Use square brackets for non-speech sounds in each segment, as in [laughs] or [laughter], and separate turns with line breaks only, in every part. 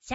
シ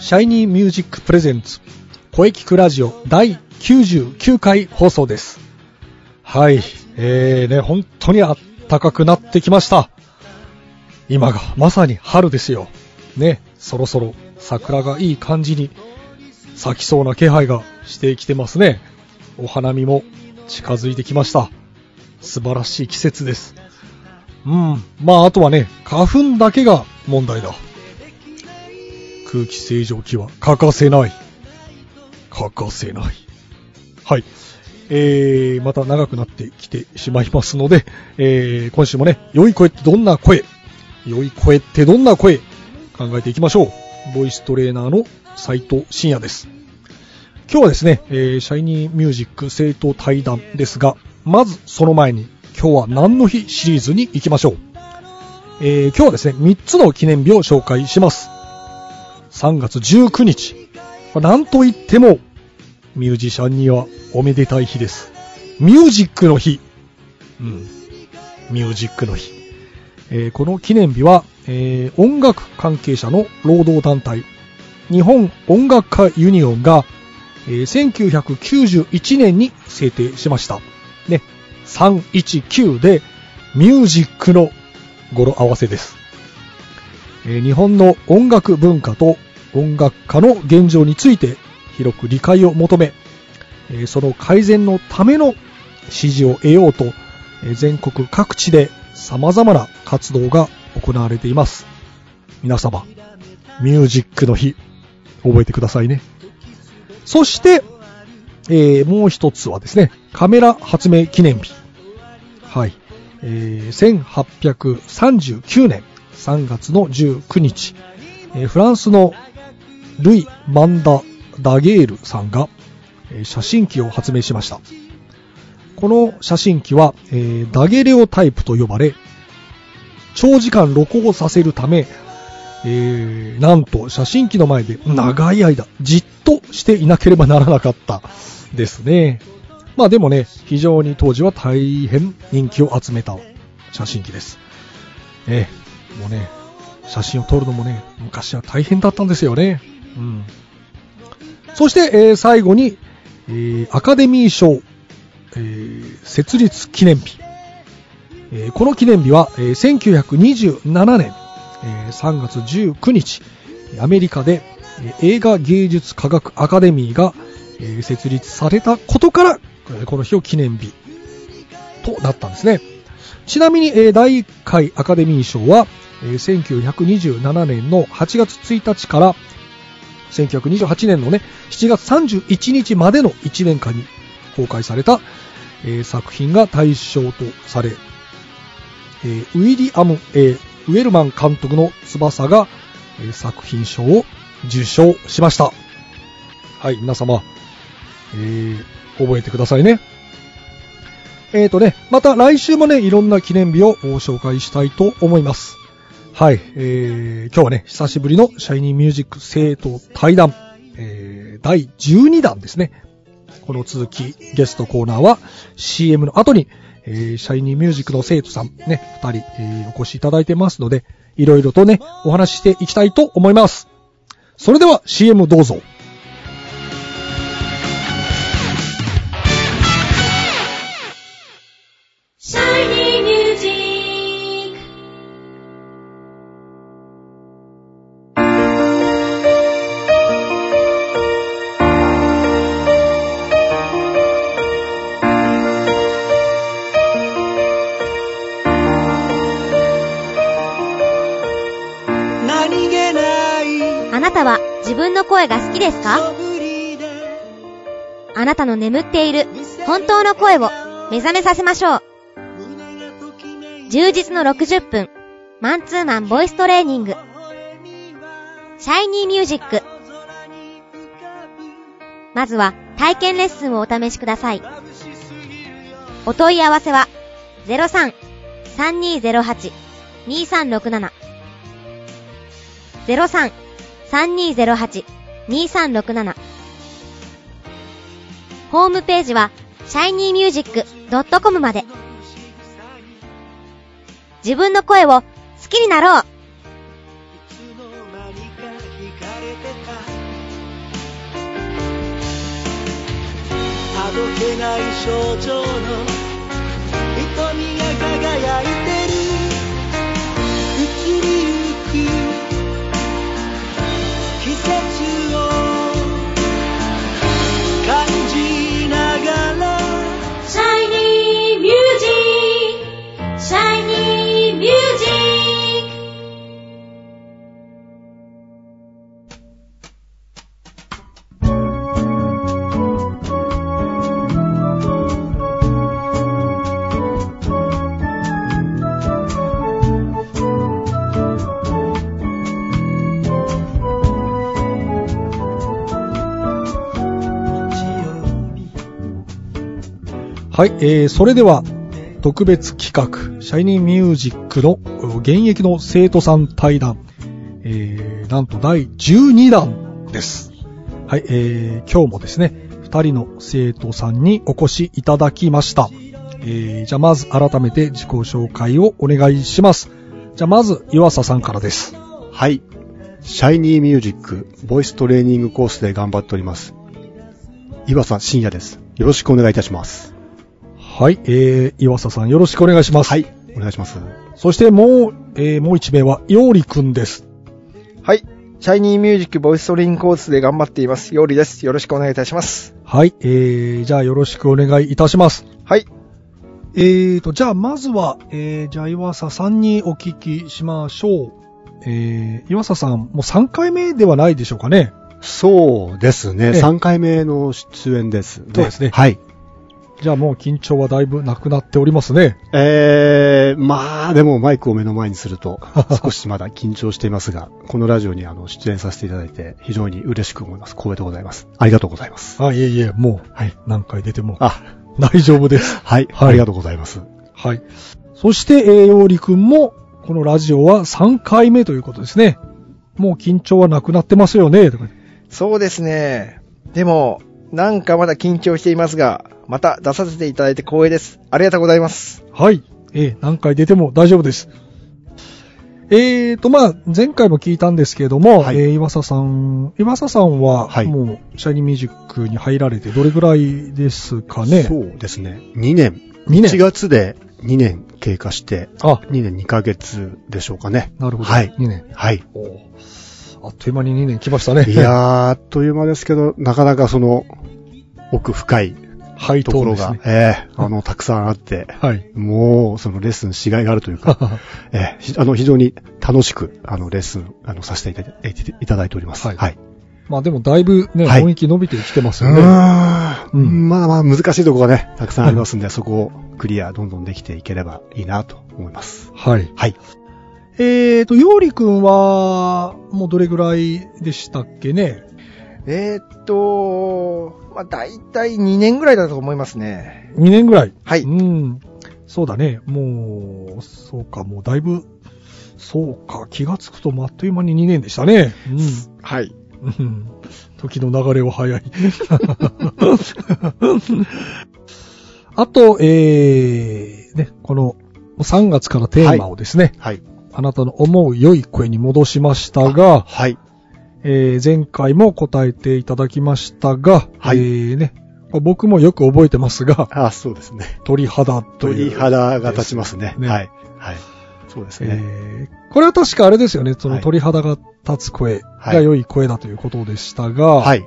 シャイニーミュージックプレゼンツ声聞くラジオ第99回放送です。はい、えーね、本当にあったかくなってきました。今がまさに春ですよ。ね、そろそろ桜がいい感じに咲きそうな気配がしてきてますね。お花見も近づいてきました。素晴らしい季節です。うん、まああとはね、花粉だけが問題だ。空気清浄機は欠かせない。欠かせない。はい。えー、また長くなってきてしまいますので、えー、今週もね、良い声ってどんな声良い声ってどんな声考えていきましょう。ボイストレーナーの斉藤慎也です。今日はですね、えー、シャイニーミュージック生徒対談ですが、まずその前に、今日は何の日シリーズに行きましょう。えー、今日はですね、3つの記念日を紹介します。3月19日。まあなんといっても、ミュージシャンにはおめでたい日です。ミュージックの日。うん。ミュージックの日。えーこの記念日は、えー音楽関係者の労働団体、日本音楽家ユニオンが、えー1991年に制定しました。ね、319で、ミュージックの語呂合わせです。えー日本の音楽文化と音楽家の現状について広く理解を求め、えーその改善のための支持を得ようと、えー全国各地で様々な活動が行われています。皆様、ミュージックの日、覚えてくださいね。そして、えーもう一つはですね、カメラ発明記念日。はい。えー1839年3月の19日、えーフランスのルイ・マンダ・ダゲールさんが、えー写真機を発明しました。この写真機は、えーダゲレオタイプと呼ばれ、長時間録音させるため、えーなんと写真機の前で長い間じっとしていなければならなかったですね。まあでもね、非常に当時は大変人気を集めた写真機です。ええ、もうね、写真を撮るのもね、昔は大変だったんですよね。うん。そして、えー最後に、えーアカデミー賞、えー設立記念日。えーこの記念日は、えー1927年、えー3月19日、アメリカで、えー映画芸術科学アカデミーが、えー設立されたことから、えーこの日を記念日となったんですね。ちなみに、えー第1回アカデミー賞は、えー1927年の8月1日から、1928年のね、7月31日までの1年間に公開された、えー作品が対象とされ、えーウィリアム、えーウェルマン監督の翼が、えー作品賞を受賞しました。はい、皆様、えー覚えてくださいね。えーとね、また来週もね、いろんな記念日をご紹介したいと思います。はい、えー、今日はね、久しぶりのシャイニーミュージック生徒対談、えー、第12弾ですね。この続き、ゲストコーナーは CM の後に、えー、シャイニーミュージックの生徒さんね、二人、えーお越しいただいてますので、いろいろとね、お話ししていきたいと思います。それでは CM どうぞ。
シャイニーミュージック
何気ない
あなたは自分の声が好きですか
素振りで
あなたの眠っている本当の声を目覚めさせましょう。
胸が
充実の60分、マンツーマンボイストレーニング、シャイニーミュージック。まずは体験レッスンをお試しください。お問い合わせは、03-3208-2367。03-3208-2367。ホームページは、shinymusic.com まで。自分の声を好きになろう
あどけない症状の瞳が輝いてる移りゆく季節を感じながら
Shiny music, shiny music.
はい、えー、それでは特別企画、シャイニーミュージックのうん現役の生徒さん対談、えー、なんと第12弾です。はい、えー、今日もですね、二人の生徒さんにお越しいただきました。えー、じゃあまず改めて自己紹介をお願いします。じゃあまず岩佐さんからです。
はい。シャイニーミュージック、ボイストレーニングコースで頑張っております。岩佐信也です。よろしくお願いいたします。
はい、えー、岩佐さんよろしくお願いします。
はい。。お願いします。
そしてもう、えー、もう一名は、ようりくんです。
はい。シャイニーミュージックボイストレーニングコースで頑張っています。ようりです。よろしくお願いいたします。
はい、えー、じゃあよろしくお願いいたします。
はい。
えーと、じゃあまずは、えー、じゃあ岩佐さんにお聞きしましょう。えー、岩佐さん、もう3回目ではないでしょうかね。
そうですね。
ええ
3回目の出演です、ね。
そうですね
はい。
じゃあもう緊張はだいぶなくなっておりますね。
えー、まあ、でもマイクを目の前にすると、 [laughs] 少しまだ緊張していますが、このラジオにあの出演させていただいて、非常に嬉しく思います。光栄でございます。ありがとうございます。
あ、いえいえ、もう、
はい。
何回出ても
あ、
大丈夫です。
はい。
はい
ありがとうございます。
はい。そして、えー、ようりくんも、このラジオは3回目ということですね。もう緊張はなくなってますよね。とか
そうですね。でも、なんかまだ緊張していますが、また出させていただいて光栄です。ありがとうございます。
はい。えー何回出ても大丈夫です。えーと、まあ、前回も聞いたんですけれども、
はい
えー岩佐さん、岩佐さんは、
はい
もう、シャイニーミュージックに入られてどれぐらいですかね
そうですね。2年。
2年
1月で2年経過して、
あ、
2年2ヶ月でしょうかね。
なるほど。
はい。
2年。
はい。
おーあっという間に2年来ましたね。[laughs]
いやー、あっという間ですけど、なかなかその、奥深い
はい、
ところ
そう
が、
ですね
ええあの、たくさんあって、
はい。 [laughs]
もう、そのレッスンしがいがあるというか、ええひあの、非常に楽しく、あの、レッスン、あの、させていただいていただいております。
は
はいい。
まあでもだいぶね、
はい
雰囲気伸びてきてます
う
よね。
ー
うん
ん。まあまあ、難しいところがね、たくさんありますんで、 [laughs] そこをクリア、どんどんできていければいいなと思います。
はい。
はい。
えーと、ようりくんは、もうどれぐらいでしたっけね
えー、っと、まあ、大体2年ぐらいだと思いますね。
2年ぐらい。
はい。
うん。そうだね。もう、そうか、もうだいぶ、そうか、気がつくともうあっという間に2年でしたね。
はい。
うん。うん [laughs] 時の流れは早い。 [laughs] あと、えー、ね、この、3月からテーマをですね、
はい。
あなたの思う良い声に戻しましたが、
はい。
えー前回も答えていただきましたが、
はい
えーね、これ僕もよく覚えてますが、
あそうですね。
鳥肌という。
鳥肌が立ちますね。
ね
はい。はい。そうですね。
えーこれは確かあれですよね、その
はい
鳥肌が立つ声
は
が
い
良い声だということでしたが、
はい。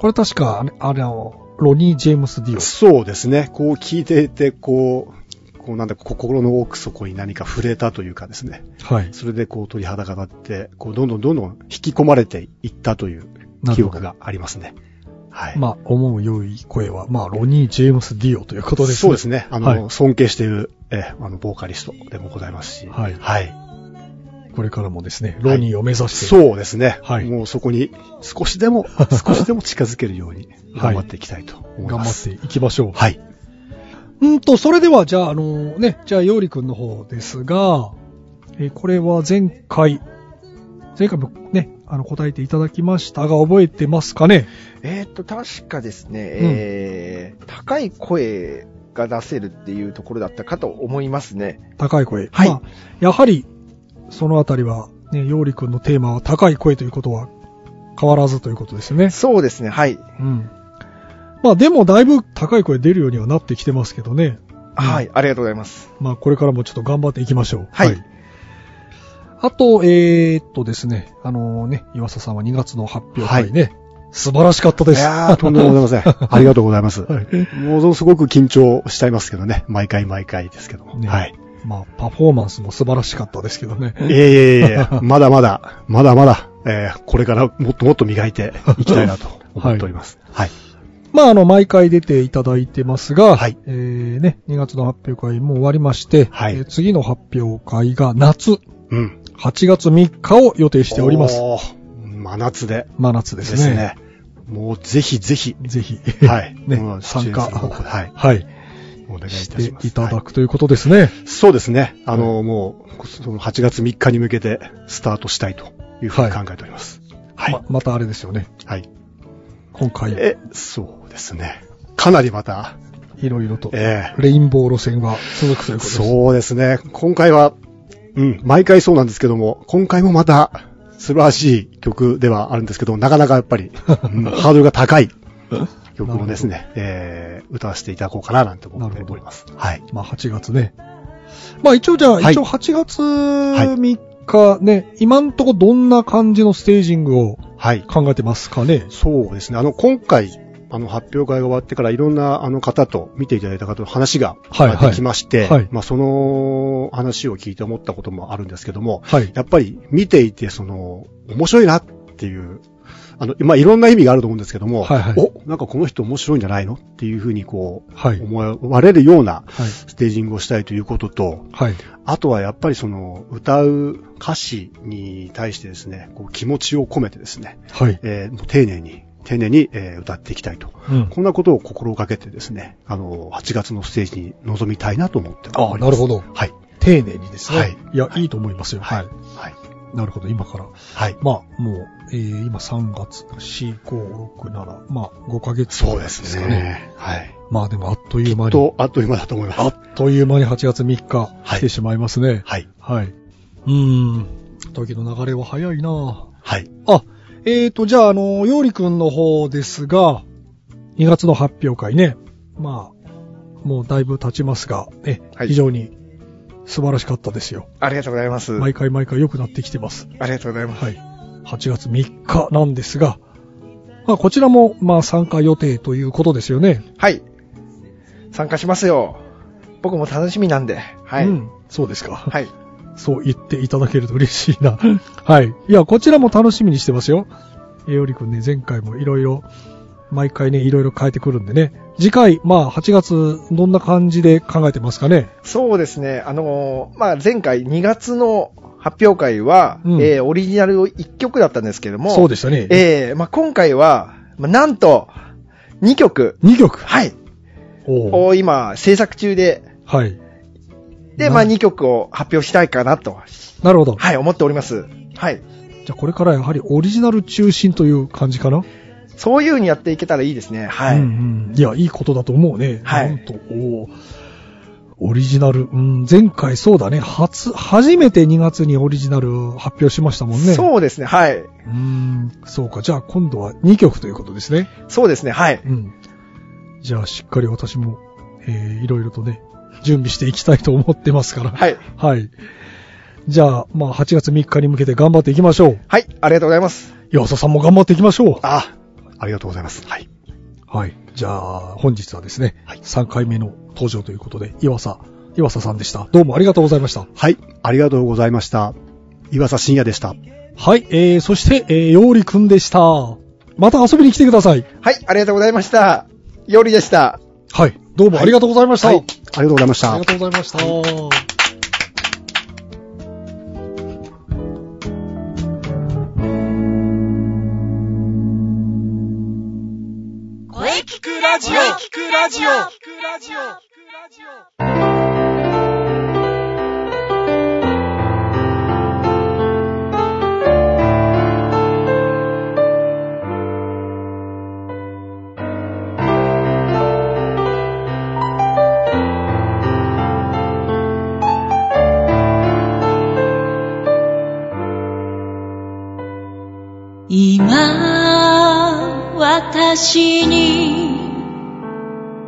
これ確かあれ、あれの、ロニー・ジェームス・ディ
そうですね。こう聞いていて、こう、こうなんだ、心の奥底に何か触れたというかですね。
オ。はい。
それでこう鳥肌が立って、こうどんどんどんどん引き込まれていったという
なる
記
ほど
憶がありますね。はい。
まあ、思う良い声は、まあ、ロニー・ジェームス・ディオということです
そうですね。あの、
はい
尊敬している、え、あの、ボーカリストでもございますし。
はい
はい。
これからもですね、ロニーを目指して、
そうですね。
はい
もうそこに少しでも、少しでも近づけるように頑張っていきたいと思い
頑
ま
張っ
す。
ていきましょう。
はい。
うんと、それでは、じゃあ、あのね、じゃあ、ようりくんの方ですが、えーこれは前回、前回もね、あの、答えていただきましたが、覚えてますかね
えーっと、確かですね、えー、高い声が出せるっていうところだったかと思いますね。
高い声。
はい
まあ、やはり、そのあたりは、ね、ようりくんのテーマは高い声ということは変わらずということですよね。
そうですね、はい。
うん。まあ、でも、だいぶ高い声出るようにはなってきてますけどね。
はい、ありがとうございます。
まあ、これからもちょっと頑張っていきましょう。
はい
あと、えー、っとですね、あのね、岩佐さんは2月の発表会ね、素晴らしかった
い
です。
やー、とんでもございません。
[laughs]
ありがとうございます。ものすごく緊張しちゃいますけどね。毎回毎回ですけども。
ね
はい。
まあ、パフォーマンスも素晴らしかったですけどね。
いえいえいえ、まだまだ、まだまだ、えーこれからもっともっと磨いていきたいな
[laughs]
と思っております。はい。
まあ、あの、毎回出ていただいてますが、
はい
えー、ね、2月の発表会も終わりまして、
はい
えー次の発表会が夏、
うん。
8月3日を予定しております。
おー。真夏で
真夏で
ですす
ね。
ね。もうぜひぜひ、
ぜひ、
はい
ね
う、ん
参加、
出演する方向ではい
はい、
お願いいた
し
します。
ていただ
は
くということですね。
いそうですね。あの、もう、その8月3日に向けてスタートしたいというふうに考えております。はい。
ままたあれですよね。
はい。
今回、
え、そうですね。かなりまた、
いろいろと、
ええ
レインボー路線は続くということです。
そうですね。今回は、うん、毎回そうなんですけども、今回もまた、素晴らしい曲ではあるんですけど、なかなかやっぱり、
[laughs]
うんハードルが高い曲をですね、えー、歌わせていただこうかななんて思っております。はい。
まあ8月ね。まあ一応じゃあ、
はい
一応8月3日ね、今んとこどんな感じのステージングを
はい。
考えてますかね。
そうですね。あの、今回、あの、発表会が終わってから、いろんな、あの方と、見ていただいた方の話が、
はいはい
できまして、
はい
まあ、その話を聞いて思ったこともあるんですけども、
はい。
やっぱり見ていて、その、面白いなっていう、あの、まあ、いろんな意味があると思うんですけども、
はいはい
お、なんかこの人面白いんじゃないのっていうふうにこう、
はい。
思われるような
はい。
ステージングをしたいということと、
はい。
あとはやっぱりその、歌う歌詞に対してですね、こう気持ちを込めてですね、
はい。
えーもう丁寧に、丁寧に、えー歌っていきたいと。
うん。
こんなことを心がけてですね、あの、8月のステージに臨みたいなと思って
あ
おります
なるほど。
はい。
丁寧にですね。
はい。
いや、いいと思いますよ。
は
はいい。。
はい。
なるほど、今から。
はい。
まあ、もう、えー、今3月、4、5、6、7、まあ、5ヶ月
そうで
です
す
か
ね。
ね。
はい。
まあ、でもあっという間に。
と、あっという間だと思います。
あっという間に8月3日、
はい
来てしまいますね。
はい。
はい。うーん。時の流れは早いな
はい。
あ、えーと、じゃあ、あの、ようりくんの方ですが、2月の発表会ね。まあ、もうだいぶ経ちますが、ね、
はい
非常に素晴らしかったですよ。
ありがとうございます。
毎回毎回良くなってきてます。
ありがとうございます。
はい。8月3日なんですが、まあ、こちらも、まあ、参加予定ということですよね。
はい。参加しますよ。僕も楽しみなんで。はい。
うん。そうですか。
はい。
そう言っていただけると嬉しいな。 [laughs] はい。いや、こちらも楽しみにしてますよ。えよりくんね、前回もいろいろ、毎回ね、いろいろ変えてくるんでね。次回、まあ、8月、どんな感じで考えてますかね。
そうですね。あのーまあ、前回2月の発表会は、
うん
えーオリジナルを1曲だったんですけども、
そうでしたね。
えーまあ、今回は、まあ、なんと、2曲、
2曲。
はい、
おう
を今、制作中で、
はい。
で、まあ、
な
2曲を発表したいかなと、
なるほど。
はい、思っております。はい。
じゃあ、これからやはりオリジナル中心という感じかな。
そういう風にやっていけたらいいですね。はい。
うんうん。いや、いいことだと思うね。
はい
なんと、おーオリジナル、うん、前回そうだね。初、初めて2月にオリジナル発表しましたもんね。
そうですね、はい。
うーん、そうか。じゃあ今度は2曲ということですね。
そうですね、はい。
うん。じゃあしっかり私も、えー、いろいろとね、準備していきたいと思ってますから。
はい。
はい。じゃあ、まあ8月3日に向けて頑張っていきましょう。
はい、ありがとうございます。
岩佐さんも頑張っていきましょ
あ、ありがとうございます。はい。
う。はい。じゃあ、本日はですね、
はい
3回目の登場ということで、岩佐、岩佐さんでした。どうもありがとうございました。
はい。ありがとうございました。岩佐信也でした。
はい。えー、そして、えー、ようりくんでした。また遊びに来てください。
はい、ありがとうございました。夜でした。
はい。どうもありがとうございました。
はい。ありがとうございまし
あ
た
りが。とうございました。
声聞くラジオ聞くラジオ今私に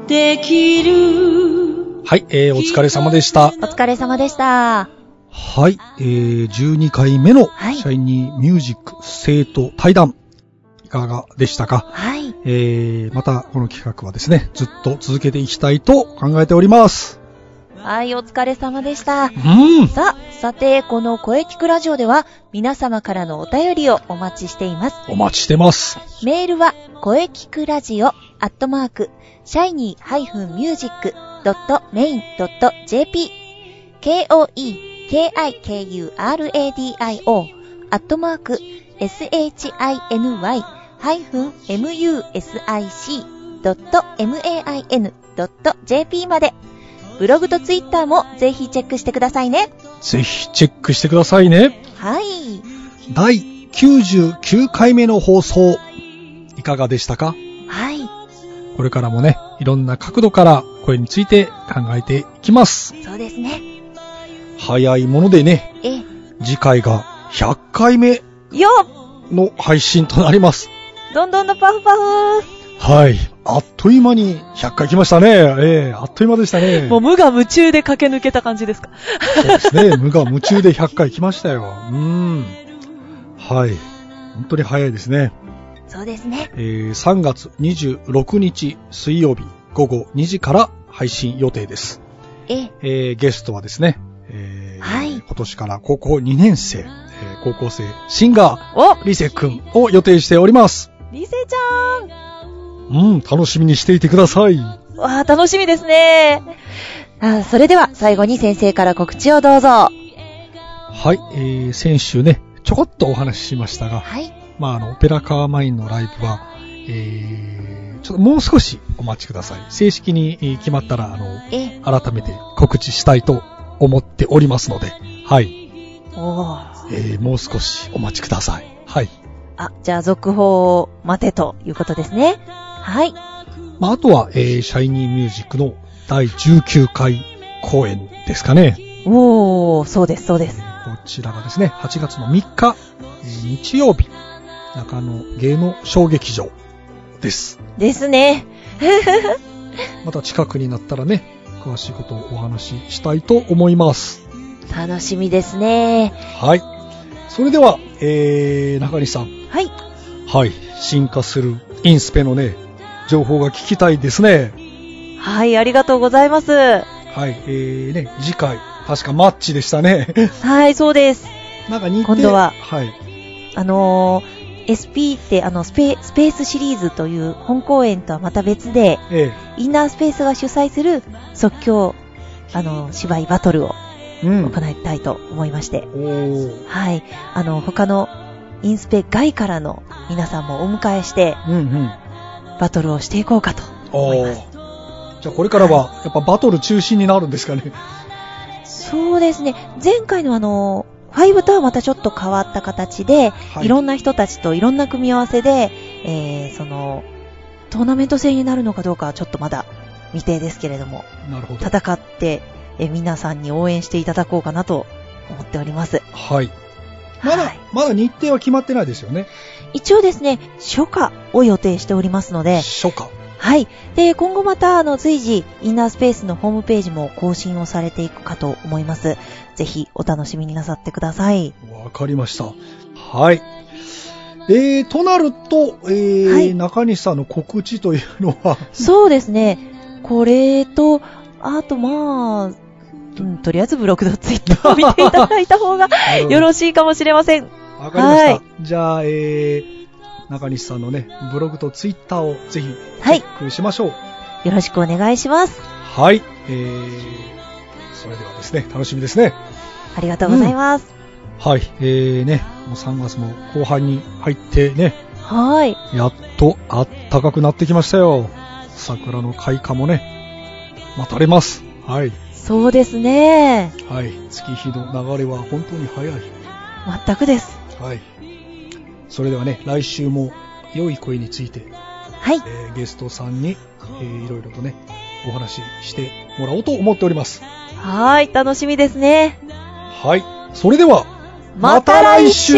できる
はい、えー、お疲れ様でした。
お疲れ様でした。
はい、えー、12回目の
はい
シャイニーミュージック生徒対談、いかがでしたか
はい。
えー、またこの企画はですね、ずっと続けていきたいと考えております。
はい、お疲れ様でした。
うん。
さあ、さて、この声聞くラジオでは、皆様からのお便りをお待ちしています。
お待ちしてます。
メールは、声聞くラジオ、アットマーク、シャイニー -music.main.jp、k-o-e-k-i-k-u-r-a-d-i-o、アットマーク、shiny-music.main.jp まで、ブログとツイッターもぜひチェックしてくださいね。
ぜひチェックしてくださいね。
はい。
第99回目の放送、いかがでしたか
はい。
これからもね、いろんな角度から声について考えていきます。
そうですね。
早いものでね、
え、
次回が100回目
よっ
の配信となります。
どんどんのパフパフ
はい。あっという間に100回来ましたね。ええあっという間でしたね。
もう無我夢中で駆け抜けた感じですか。
そうですね。無我夢中で100回来ましたよ。うーん。はい。本当に早いですね。
そうですね。
えー3月26日水曜日午後2時から配信予定です。
え、
えーゲストはですね、えー
はい
今年から高校2年生、えー高校生シンガ
お
ー、リセ君を予定しております。
リセちゃん
うん、楽しみにしていてください。
わあ、楽しみですね。
あそれでは最後に先生から告知をどうぞ。は
はい、えー、先週ね、ちょこっとお話ししましたが、
い。
まあ、あの、オペラカーマインのライブは、えー、ちょっともう少しお待ちください。正式にえー決まったら、あの、
え、
改めて告知したいと思っておりますので、はい、
おー
えー、もう少しお待ちください。はい。
あ、じゃあ続報を待てということですね。はい。
まあ、あとは、えー、シャイニーミュージックの第19回公演ですかね。
おー、そうです、そうです。
こちらがですね、8月の3日、えー日曜日、中野芸能小劇場です。
ですね。
また近くになったらね、詳しいことをお話ししたいと思います。
楽しみですね。
はい。それでは、えー、中西さん。
はい。
はい。進化するインスペのね、情報が聞きたいですね。
はい、ありがとうございます。
はい。えー、ね、次回、確かマッチでしたね。 [laughs]
はい、そうです。
なんか似て
今度は
はい。
あのー SP ってあのスペスペースシリーズという本公演とはまた別で、
え
インナースペースが主催する即興、あのー芝居バトルを
えうん。
行いたいと思いまして、
おー。
はい、あの、他のインスペ外からの皆さんもお迎えして、
うんうん。
バトルをしていこうかと思い
お
ます。
ー。じゃあこれからは、やっぱバトル中心になるんですかね。
そうですね、前回のあの、ファイブとはまたちょっと変わった形で、、
はい
ろんな人たちといろんな組み合わせで、えー、その、トーナメント制になるのかどうかはちょっとまだ未定ですけれども、
なるほど。
戦って、えー皆さんに応援していただこうかなと思っております。
はい。まだ、
はい
まだ日程は決まってないですよね。
一応ですね、初夏を予定しておりますので、
初夏。
はい。で、今後また、あの、随時、インナースペースのホームページも更新をされていくかと思います。ぜひ、お楽しみになさってください。
わかりました。はい。えー、となると、えー
はい
中西さんの告知というのは、
そうですね。これと、あと、まあ、うん、とりあえずブログとツイッターを見て [laughs] いただいた方がよろしいかもしれません。
わかりました。
はい
じゃあ、えー、中西さんのね、ブログとツイッターをぜひ、
はい
チェックしましょう。
よろしくお願いします。
はい。えー、それではですね、楽しみですね。
ありがとうございます。
はい。えーね、もう3月も後半に入ってね、
はーい。
やっとあったかくなってきましたよ。桜の開花もね、待たれます。はい。
そうですね。
はい。月日の流れは本当に早い。
全くです。
はい。それではね、来週も良い恋について、
はい。
えーゲストさんに、えーいろいろとね、お話ししてもらおうと思っております。
はーい。楽しみですね。
はい。それでは、
また来週